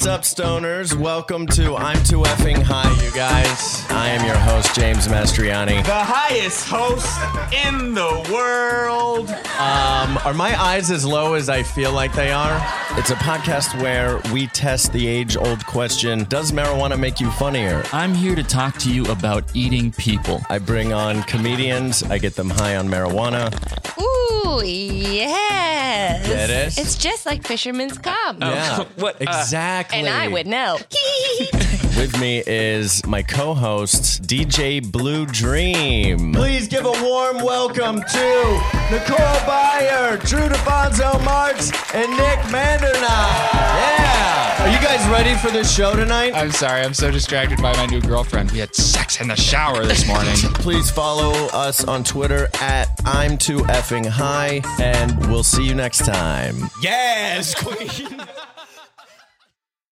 What's up, stoners? Welcome to I'm Too Effing High, you guys. I am your host, James Mastriani. The highest host in the world. Um, are my eyes as low as I feel like they are? It's a podcast where we test the age old question Does marijuana make you funnier? I'm here to talk to you about eating people. I bring on comedians, I get them high on marijuana. Ooh, yes. That is? It's just like Fisherman's Come. Yeah, what, uh, exactly. And I would know. With me is my co host, DJ Blue Dream. Please give a warm welcome to Nicole Byer, Drew DeFonso Marks, and Nick Mandernock. Yeah. Are you guys ready for this show tonight? I'm sorry. I'm so distracted by my new girlfriend. We had sex in the shower this morning. Please follow us on Twitter at I'm Too Effing High, and we'll see you next time. Yes, queen.